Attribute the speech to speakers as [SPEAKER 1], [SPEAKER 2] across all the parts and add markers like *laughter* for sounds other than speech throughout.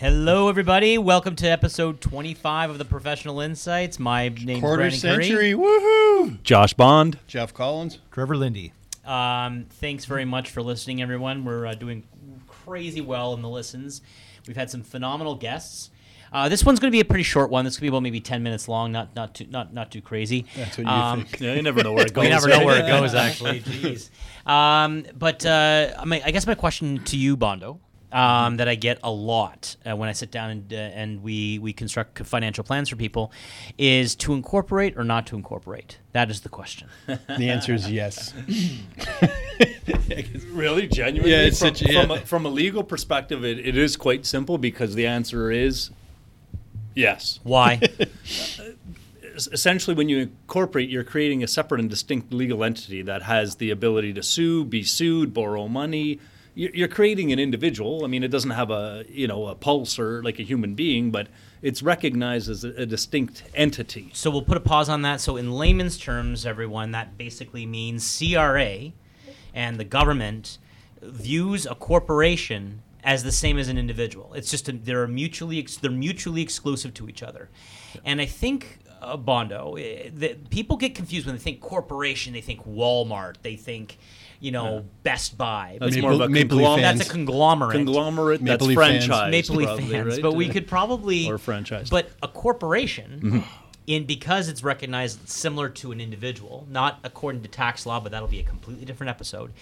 [SPEAKER 1] Hello, everybody. Welcome to episode 25 of the Professional Insights. My name's
[SPEAKER 2] Quarter
[SPEAKER 1] Brandon Curry.
[SPEAKER 2] century, woohoo!
[SPEAKER 3] Josh Bond.
[SPEAKER 2] Jeff Collins.
[SPEAKER 4] Trevor Lindy.
[SPEAKER 1] Um, thanks very much for listening, everyone. We're uh, doing crazy well in the listens. We've had some phenomenal guests. Uh, this one's going to be a pretty short one. This could be about maybe 10 minutes long. Not not too not not too crazy. Um,
[SPEAKER 2] That's what you think.
[SPEAKER 3] Yeah, you never know where it
[SPEAKER 1] *laughs*
[SPEAKER 3] goes.
[SPEAKER 1] We never know where
[SPEAKER 3] *laughs*
[SPEAKER 1] it
[SPEAKER 3] Yeah.
[SPEAKER 1] goes, actually. Jeez. Um, but uh, I, mean, I guess my question to you, Bondo, um, that I get a lot uh, when I sit down and, uh, and we, we construct financial plans for people is to incorporate or not to incorporate? That is the question.
[SPEAKER 2] The answer is
[SPEAKER 3] *laughs*
[SPEAKER 2] yes.
[SPEAKER 3] Really, genuinely.
[SPEAKER 2] Yeah, it's
[SPEAKER 3] from,
[SPEAKER 2] such- yeah.
[SPEAKER 3] From, a, from a legal perspective, it, it is quite simple because the answer is yes.
[SPEAKER 1] Why?
[SPEAKER 3] Es- Essentially, when you incorporate, you're creating a separate and distinct legal entity that has the ability to sue, be sued, borrow money. You- You're creating an individual. I mean, it doesn't have a you know a pulse or like a human being, but it's recognized as a, a distinct entity.
[SPEAKER 1] so we'll put a pause on that. So, in layman's terms, everyone, that basically means CRA and the government views a corporation as the same as an individual. It's just a, they're mutually ex- they're mutually exclusive to each other, and I think. Uh, Bondo, eh, the, people get confused when they think corporation. They think Walmart. They think, you know, Best Buy. But
[SPEAKER 3] That's
[SPEAKER 2] Maple-
[SPEAKER 3] more of a
[SPEAKER 2] Maple Leaf
[SPEAKER 3] conglomerate.
[SPEAKER 2] fans.
[SPEAKER 1] that's a conglomerate.
[SPEAKER 3] conglomerate
[SPEAKER 2] Maple
[SPEAKER 3] that's
[SPEAKER 2] Leaf fans.
[SPEAKER 3] franchise.
[SPEAKER 1] Maple Leaf
[SPEAKER 3] probably,
[SPEAKER 1] fans,
[SPEAKER 3] right?
[SPEAKER 1] but we could probably
[SPEAKER 3] Or franchise.
[SPEAKER 1] But a corporation,
[SPEAKER 3] Mm-hmm.
[SPEAKER 1] in because it's recognized similar to an individual, not according to tax law, but that'll be a completely different
[SPEAKER 3] *laughs*
[SPEAKER 1] episode.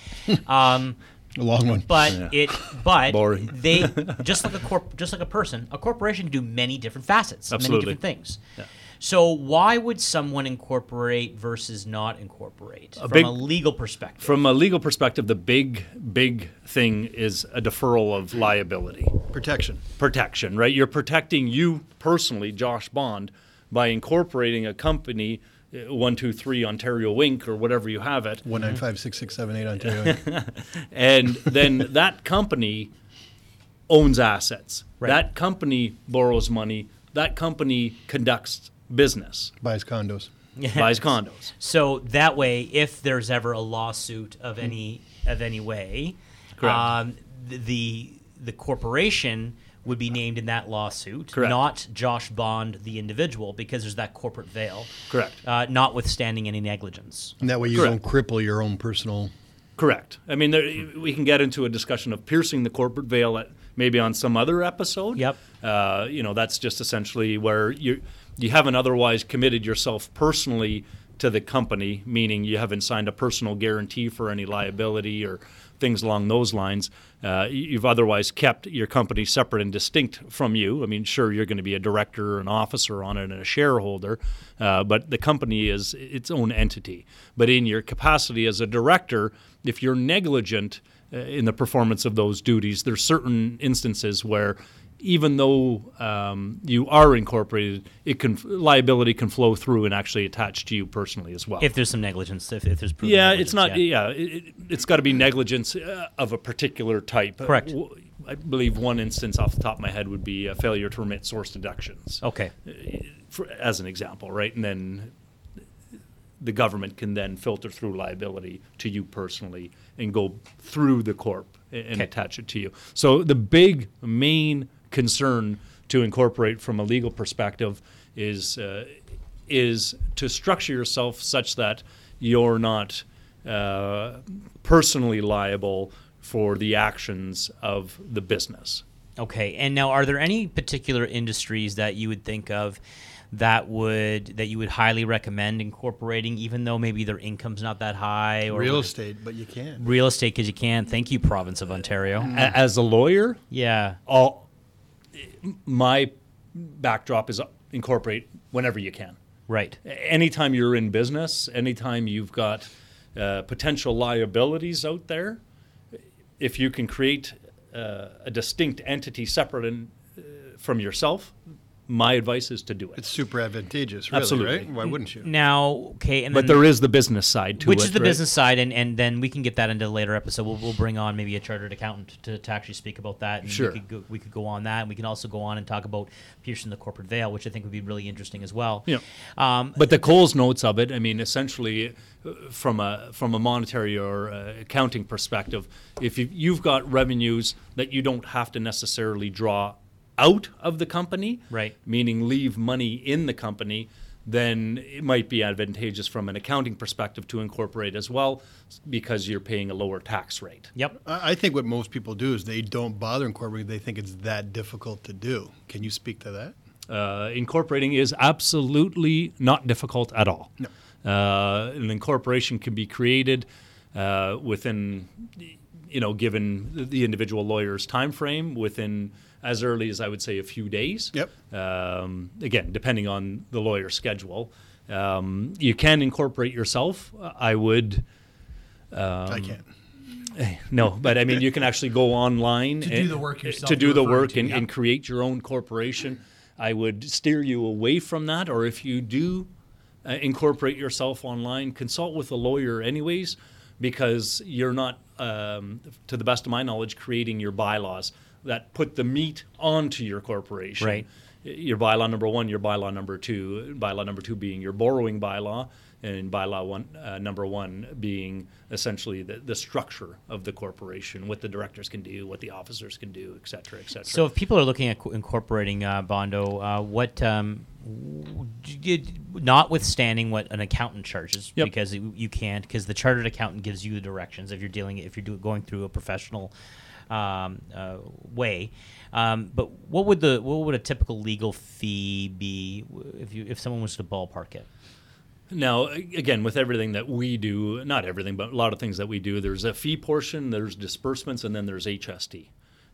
[SPEAKER 1] Um,
[SPEAKER 2] A long one.
[SPEAKER 1] but it, but
[SPEAKER 3] Boring. *laughs*
[SPEAKER 1] they just like a corp, just like a person, a corporation can do many different facets,
[SPEAKER 3] Absolutely.
[SPEAKER 1] many different things. So why would someone incorporate versus not incorporate from
[SPEAKER 3] big-
[SPEAKER 1] a legal perspective?
[SPEAKER 3] From a legal perspective, the big, big thing is a deferral of liability
[SPEAKER 4] Protection.
[SPEAKER 3] protection, right? You're protecting you personally, Josh Bond, by incorporating a company, uh, 123 Ontario Inc., or whatever you have it.
[SPEAKER 2] One nine five six six *laughs* seven eight Ontario.
[SPEAKER 3] And then *laughs* that company owns assets.
[SPEAKER 1] Right.
[SPEAKER 3] That company borrows money. That company conducts business,
[SPEAKER 2] buys condos.
[SPEAKER 3] buys condos.
[SPEAKER 1] So that way, if there's ever a lawsuit of any of any way,
[SPEAKER 3] Correct.
[SPEAKER 1] um, th- the the corporation would be named in that lawsuit,
[SPEAKER 3] Correct.
[SPEAKER 1] not Josh Bond the individual, because there's that corporate veil.
[SPEAKER 3] Correct.
[SPEAKER 1] Uh, notwithstanding any negligence.
[SPEAKER 2] And that way you don't
[SPEAKER 3] Correct.
[SPEAKER 2] cripple your own personal.
[SPEAKER 3] Correct. I mean, there, we can get into a discussion of piercing the corporate veil at, maybe on some other episode.
[SPEAKER 1] Yep.
[SPEAKER 3] Uh, you know, that's just essentially where you you haven't otherwise committed yourself personally to the company, meaning you haven't signed a personal guarantee for any liability or things along those lines. Uh, you- you've otherwise kept your company separate and distinct from you. I mean, sure, you're going to be a director, an officer on it, and a shareholder, uh, but the company is its own entity. But in your capacity as a director, if you're negligent uh, in the performance of those duties, there's certain instances where even though um, you are incorporated, it can liability can flow through and actually attach to you personally as well.
[SPEAKER 1] If there's some negligence, if, if there's proven
[SPEAKER 3] yeah,
[SPEAKER 1] negligence,
[SPEAKER 3] it's not.
[SPEAKER 1] yeah.
[SPEAKER 3] Yeah, it, it- it's got to be negligence uh, of a particular type.
[SPEAKER 1] Correct.
[SPEAKER 3] Uh, w- I believe one instance off the top of my head would be a failure to remit source deductions,
[SPEAKER 1] Okay.
[SPEAKER 3] for, as an example, right? And then the government can then filter through liability to you personally and go through the corp a- and
[SPEAKER 1] Okay.
[SPEAKER 3] attach it to you. So the big main concern to incorporate from a legal perspective is uh, is to structure yourself such that you're not uh, personally liable for the actions of the business.
[SPEAKER 1] Okay. And now, are there any particular industries that you would think of that would that you would highly recommend incorporating, even though maybe their income's not that high? Or
[SPEAKER 4] Real estate, but you can.
[SPEAKER 1] real estate because you can. Thank you, province of Ontario. Uh,
[SPEAKER 3] A- as a lawyer,
[SPEAKER 1] Yeah.
[SPEAKER 3] all my backdrop is uh, incorporate whenever you can.
[SPEAKER 1] Right.
[SPEAKER 3] Anytime you're in business, anytime you've got uh, potential liabilities out there, if you can create uh, a distinct entity separate and, uh, from yourself, my advice is to do it.
[SPEAKER 4] It's super advantageous, really,
[SPEAKER 3] Absolutely.
[SPEAKER 4] right? Why wouldn't you?
[SPEAKER 1] Now, okay, and
[SPEAKER 3] but
[SPEAKER 1] then,
[SPEAKER 3] there is the business side to it,
[SPEAKER 1] which is the
[SPEAKER 3] right?
[SPEAKER 1] business side, and, and then we can get that into a later episode. We'll, we'll bring on maybe a chartered accountant to, to actually speak about that. And
[SPEAKER 3] Sure.
[SPEAKER 1] We could, go, we could go on that, and we can also go on and talk about piercing the corporate veil, which I think would be really interesting as well.
[SPEAKER 3] Yeah.
[SPEAKER 1] Um,
[SPEAKER 3] But the Coles notes of it, I mean, essentially, uh, from a from a monetary or uh, accounting perspective, if you, you've got revenues that you don't have to necessarily draw out of the company,
[SPEAKER 1] Right.
[SPEAKER 3] meaning leave money in the company, then it might be advantageous from an accounting perspective to incorporate as well because you're paying a lower tax rate.
[SPEAKER 1] Yep.
[SPEAKER 2] I I think what most people do is they don't bother incorporating. They think it's that difficult to do. Can you speak to that?
[SPEAKER 3] uh, incorporating is absolutely not difficult at all. No. Uh, an incorporation can be created uh, within, you know, given the individual lawyer's time frame, within as early as I would say a few days.
[SPEAKER 2] Yep.
[SPEAKER 3] Um, again, depending on the lawyer's schedule, um, you can incorporate yourself. I would
[SPEAKER 2] I
[SPEAKER 3] Um,
[SPEAKER 2] can't.
[SPEAKER 3] *laughs* no, but I mean, you can actually go online to
[SPEAKER 5] do the work yourself,
[SPEAKER 3] To do
[SPEAKER 5] you're
[SPEAKER 3] the
[SPEAKER 5] referring
[SPEAKER 3] work
[SPEAKER 5] to,
[SPEAKER 3] and,
[SPEAKER 5] yeah.
[SPEAKER 3] and create your own corporation. I would steer you away from that, or if you do uh, incorporate yourself online, consult with a lawyer, anyways, because you're not, um, to the best of my knowledge, creating your bylaws that put the meat onto your corporation
[SPEAKER 1] Right.
[SPEAKER 3] your bylaw number one, your bylaw number two, bylaw number two being your borrowing bylaw, and bylaw one uh, number one being essentially the, the structure of the corporation, what the directors can do, what the officers can do, et cetera, et cetera.
[SPEAKER 1] So if people are looking at co- incorporating uh, Bondo, uh, what, um, w- d- d- notwithstanding what an accountant charges,
[SPEAKER 3] Yep.
[SPEAKER 1] because you you can't, because the chartered accountant gives you the directions if you're dealing, if you're do, going through a professional um, uh, way. Um, but what would the what would a typical legal fee be w- if you if someone was to ballpark it?
[SPEAKER 3] Now, a- again, with everything that we do, not everything, but a lot of things that we do, there's a fee portion, there's disbursements, and then there's HST.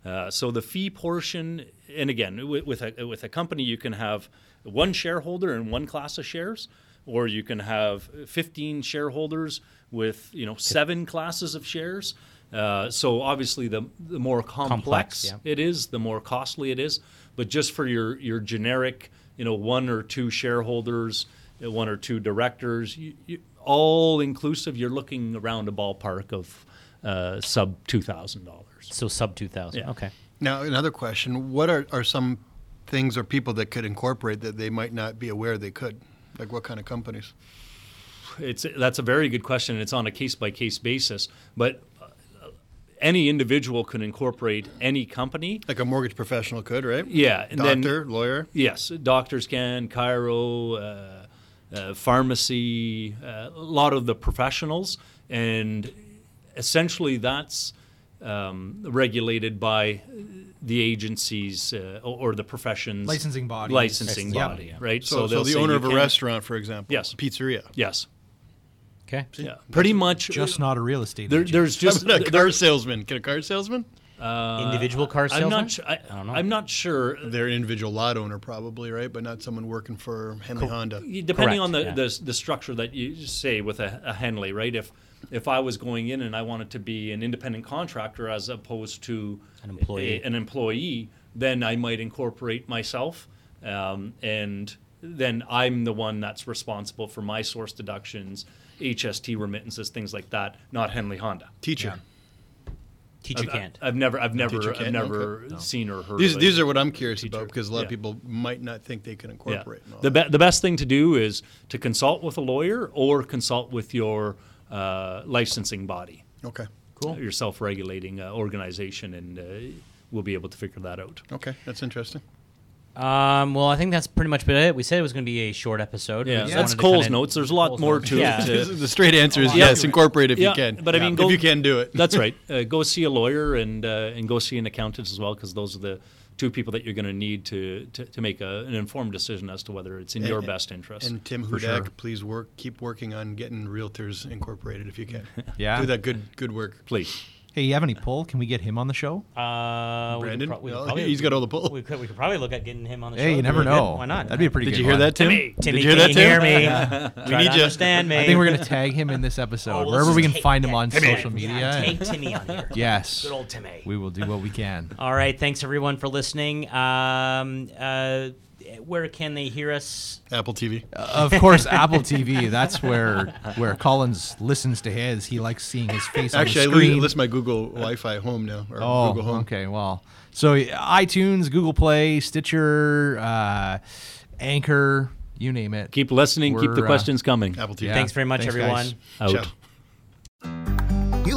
[SPEAKER 3] Uh, so the fee portion, and again, wi- with a, with a company, you can have one shareholder and one class of shares, or you can have 15 shareholders with you know seven classes of shares. Uh, so obviously, the the more complex,
[SPEAKER 1] yeah.
[SPEAKER 3] it is, the more costly it is. But just for your your generic, you know, one or two shareholders, uh, one or two directors, you, you, all inclusive, you're looking around a ballpark of uh, sub two thousand dollars.
[SPEAKER 1] So sub two thousand.
[SPEAKER 3] Yeah.
[SPEAKER 1] Okay.
[SPEAKER 2] Now, another question: What are, are some things or people that could incorporate that they might not be aware they could? Like what kind of companies?
[SPEAKER 3] It's that's a very good question. and It's on a case by case basis, but uh, any individual can incorporate any company.
[SPEAKER 2] Like a mortgage professional could, right?
[SPEAKER 3] Yeah, and then-
[SPEAKER 2] Doctor, lawyer.
[SPEAKER 3] Yes, doctors can, Cairo, uh, uh, pharmacy, uh, a lot of the professionals, and essentially that's um, regulated by the agency's uh, or or the profession's
[SPEAKER 5] Licensing body.
[SPEAKER 3] licensing
[SPEAKER 5] Yeah.
[SPEAKER 3] body, right?
[SPEAKER 2] So, so,
[SPEAKER 3] they'll
[SPEAKER 2] the
[SPEAKER 3] say
[SPEAKER 2] owner
[SPEAKER 3] you
[SPEAKER 2] of a
[SPEAKER 3] can't-
[SPEAKER 2] restaurant, for example.
[SPEAKER 3] Yes.
[SPEAKER 2] Pizzeria.
[SPEAKER 3] Yes.
[SPEAKER 1] Okay.
[SPEAKER 3] Yeah. Pretty much.
[SPEAKER 5] Just not a real estate
[SPEAKER 3] there,
[SPEAKER 5] agent.
[SPEAKER 2] *laughs*
[SPEAKER 3] there's just
[SPEAKER 2] How about a car salesman. Can a car salesman?
[SPEAKER 1] Individual car salesman.
[SPEAKER 3] Uh, I'm not. su- I,
[SPEAKER 1] don't know.
[SPEAKER 3] I'm not sure.
[SPEAKER 2] They're an individual lot owner, probably, right? But not someone working for Henley Honda.
[SPEAKER 3] Y- depending
[SPEAKER 1] Correct,
[SPEAKER 3] on the,
[SPEAKER 1] yeah.
[SPEAKER 3] the the structure that you say with a, a Henley, right? If if I was going in and I wanted to be an independent contractor as opposed to
[SPEAKER 1] An employee.
[SPEAKER 3] a- an employee, then I might incorporate myself, um, and then I'm the one that's responsible for my source deductions, HST remittances, things like that. Not Henley Honda.
[SPEAKER 2] Teacher.
[SPEAKER 1] Teacher can't.
[SPEAKER 3] I've never, I've never,
[SPEAKER 2] Teacher
[SPEAKER 3] I've
[SPEAKER 2] can't?
[SPEAKER 3] never seen or heard.
[SPEAKER 2] These,
[SPEAKER 3] of
[SPEAKER 2] these
[SPEAKER 3] it.
[SPEAKER 2] are what I'm curious about because a lot
[SPEAKER 3] yeah.
[SPEAKER 2] of people might not think they can incorporate. and all
[SPEAKER 3] The,
[SPEAKER 2] that.
[SPEAKER 3] be- the best thing to do is to consult with a lawyer or consult with your uh, licensing body,
[SPEAKER 2] okay.
[SPEAKER 3] cool. your self regulating uh, organization, and uh, we'll be able to figure that out.
[SPEAKER 2] Okay. That's interesting.
[SPEAKER 1] Um, well, I think that's pretty much been it. We said it was going to be a short episode. We
[SPEAKER 3] Yeah,
[SPEAKER 1] just
[SPEAKER 3] that's
[SPEAKER 1] wanted to
[SPEAKER 3] Cole's
[SPEAKER 1] kinda-
[SPEAKER 3] notes. There's a lot
[SPEAKER 1] Cole's
[SPEAKER 3] more
[SPEAKER 1] notes.
[SPEAKER 3] to
[SPEAKER 1] Yeah.
[SPEAKER 2] *laughs*
[SPEAKER 3] it. to-
[SPEAKER 2] the straight answer is
[SPEAKER 5] Yeah.
[SPEAKER 2] yes, incorporate if
[SPEAKER 3] Yeah,
[SPEAKER 2] you can.
[SPEAKER 3] but I mean,
[SPEAKER 2] if
[SPEAKER 3] go-
[SPEAKER 2] you can do it.
[SPEAKER 3] That's right. Uh, go see a lawyer and uh, and go see an accountant as well, because those are the two people that you're going to need to, to to make a, an informed decision as to whether it's in your best interest.
[SPEAKER 2] And Tim
[SPEAKER 3] for
[SPEAKER 2] Hudak,
[SPEAKER 3] sure.
[SPEAKER 2] please work, keep working on getting realtors incorporated if you can.
[SPEAKER 5] Yeah.
[SPEAKER 2] do that good, good work.
[SPEAKER 3] please.
[SPEAKER 5] hey, you have any pull? Can we get him on the show?
[SPEAKER 1] Uh, we could
[SPEAKER 2] Brandon?
[SPEAKER 1] pro- we could
[SPEAKER 2] No,
[SPEAKER 1] probably-
[SPEAKER 2] he's got all the pull.
[SPEAKER 1] We could, we could probably look at getting him on the show.
[SPEAKER 5] hey, you never
[SPEAKER 1] Really good.
[SPEAKER 5] know.
[SPEAKER 1] Why not?
[SPEAKER 5] That'd be a pretty
[SPEAKER 2] Did
[SPEAKER 5] good
[SPEAKER 2] you hear
[SPEAKER 5] one.
[SPEAKER 2] that, Tim?
[SPEAKER 1] Timmy,
[SPEAKER 2] Did you hear
[SPEAKER 1] can
[SPEAKER 2] that,
[SPEAKER 1] you
[SPEAKER 2] Tim?
[SPEAKER 1] hear me? we
[SPEAKER 2] need you.
[SPEAKER 1] Understand me?
[SPEAKER 5] I think
[SPEAKER 1] *laughs*
[SPEAKER 5] we're *laughs* going to tag him in this episode.
[SPEAKER 1] Oh, let's
[SPEAKER 5] Wherever we
[SPEAKER 1] just
[SPEAKER 5] can
[SPEAKER 1] take-
[SPEAKER 5] find him
[SPEAKER 1] yeah,
[SPEAKER 5] on
[SPEAKER 1] Timmy.
[SPEAKER 5] social media.
[SPEAKER 1] Yeah, take Timmy on here.
[SPEAKER 5] yes.
[SPEAKER 1] Good old Timmy.
[SPEAKER 5] We will do what we can.
[SPEAKER 1] All right. Thanks everyone for listening. Um, uh, where can they hear us?
[SPEAKER 2] Apple TV.
[SPEAKER 5] Uh, of course, Apple TV. That's where where Collins listens to his. He likes seeing his face
[SPEAKER 2] Actually, I
[SPEAKER 5] on the
[SPEAKER 2] li-
[SPEAKER 5] screen.
[SPEAKER 2] list my Google Wi-Fi home now or
[SPEAKER 5] oh,
[SPEAKER 2] Google Home.
[SPEAKER 5] okay. Well, so iTunes, Google Play, Stitcher, uh, Anchor, you name it.
[SPEAKER 3] Keep listening. keep
[SPEAKER 5] We're,
[SPEAKER 3] the
[SPEAKER 5] uh,
[SPEAKER 3] questions coming.
[SPEAKER 2] Apple TV.
[SPEAKER 5] Yeah.
[SPEAKER 1] Thanks very much,
[SPEAKER 5] Thanks, guys.
[SPEAKER 1] everyone.
[SPEAKER 3] Out.
[SPEAKER 2] Ciao.
[SPEAKER 6] You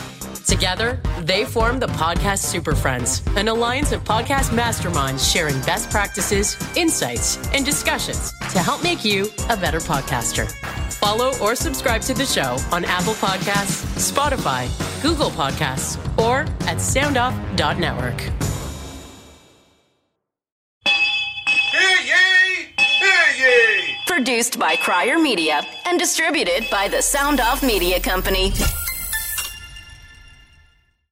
[SPEAKER 7] Together, they form the Podcast Super Friends, an alliance of podcast masterminds sharing best practices, insights, and discussions to help make you a better podcaster. Follow or subscribe to the show on Apple Podcasts, Spotify, Google Podcasts, or at soundoff.network.
[SPEAKER 8] Produced by Crier Media and distributed by the Sound Off Media Company.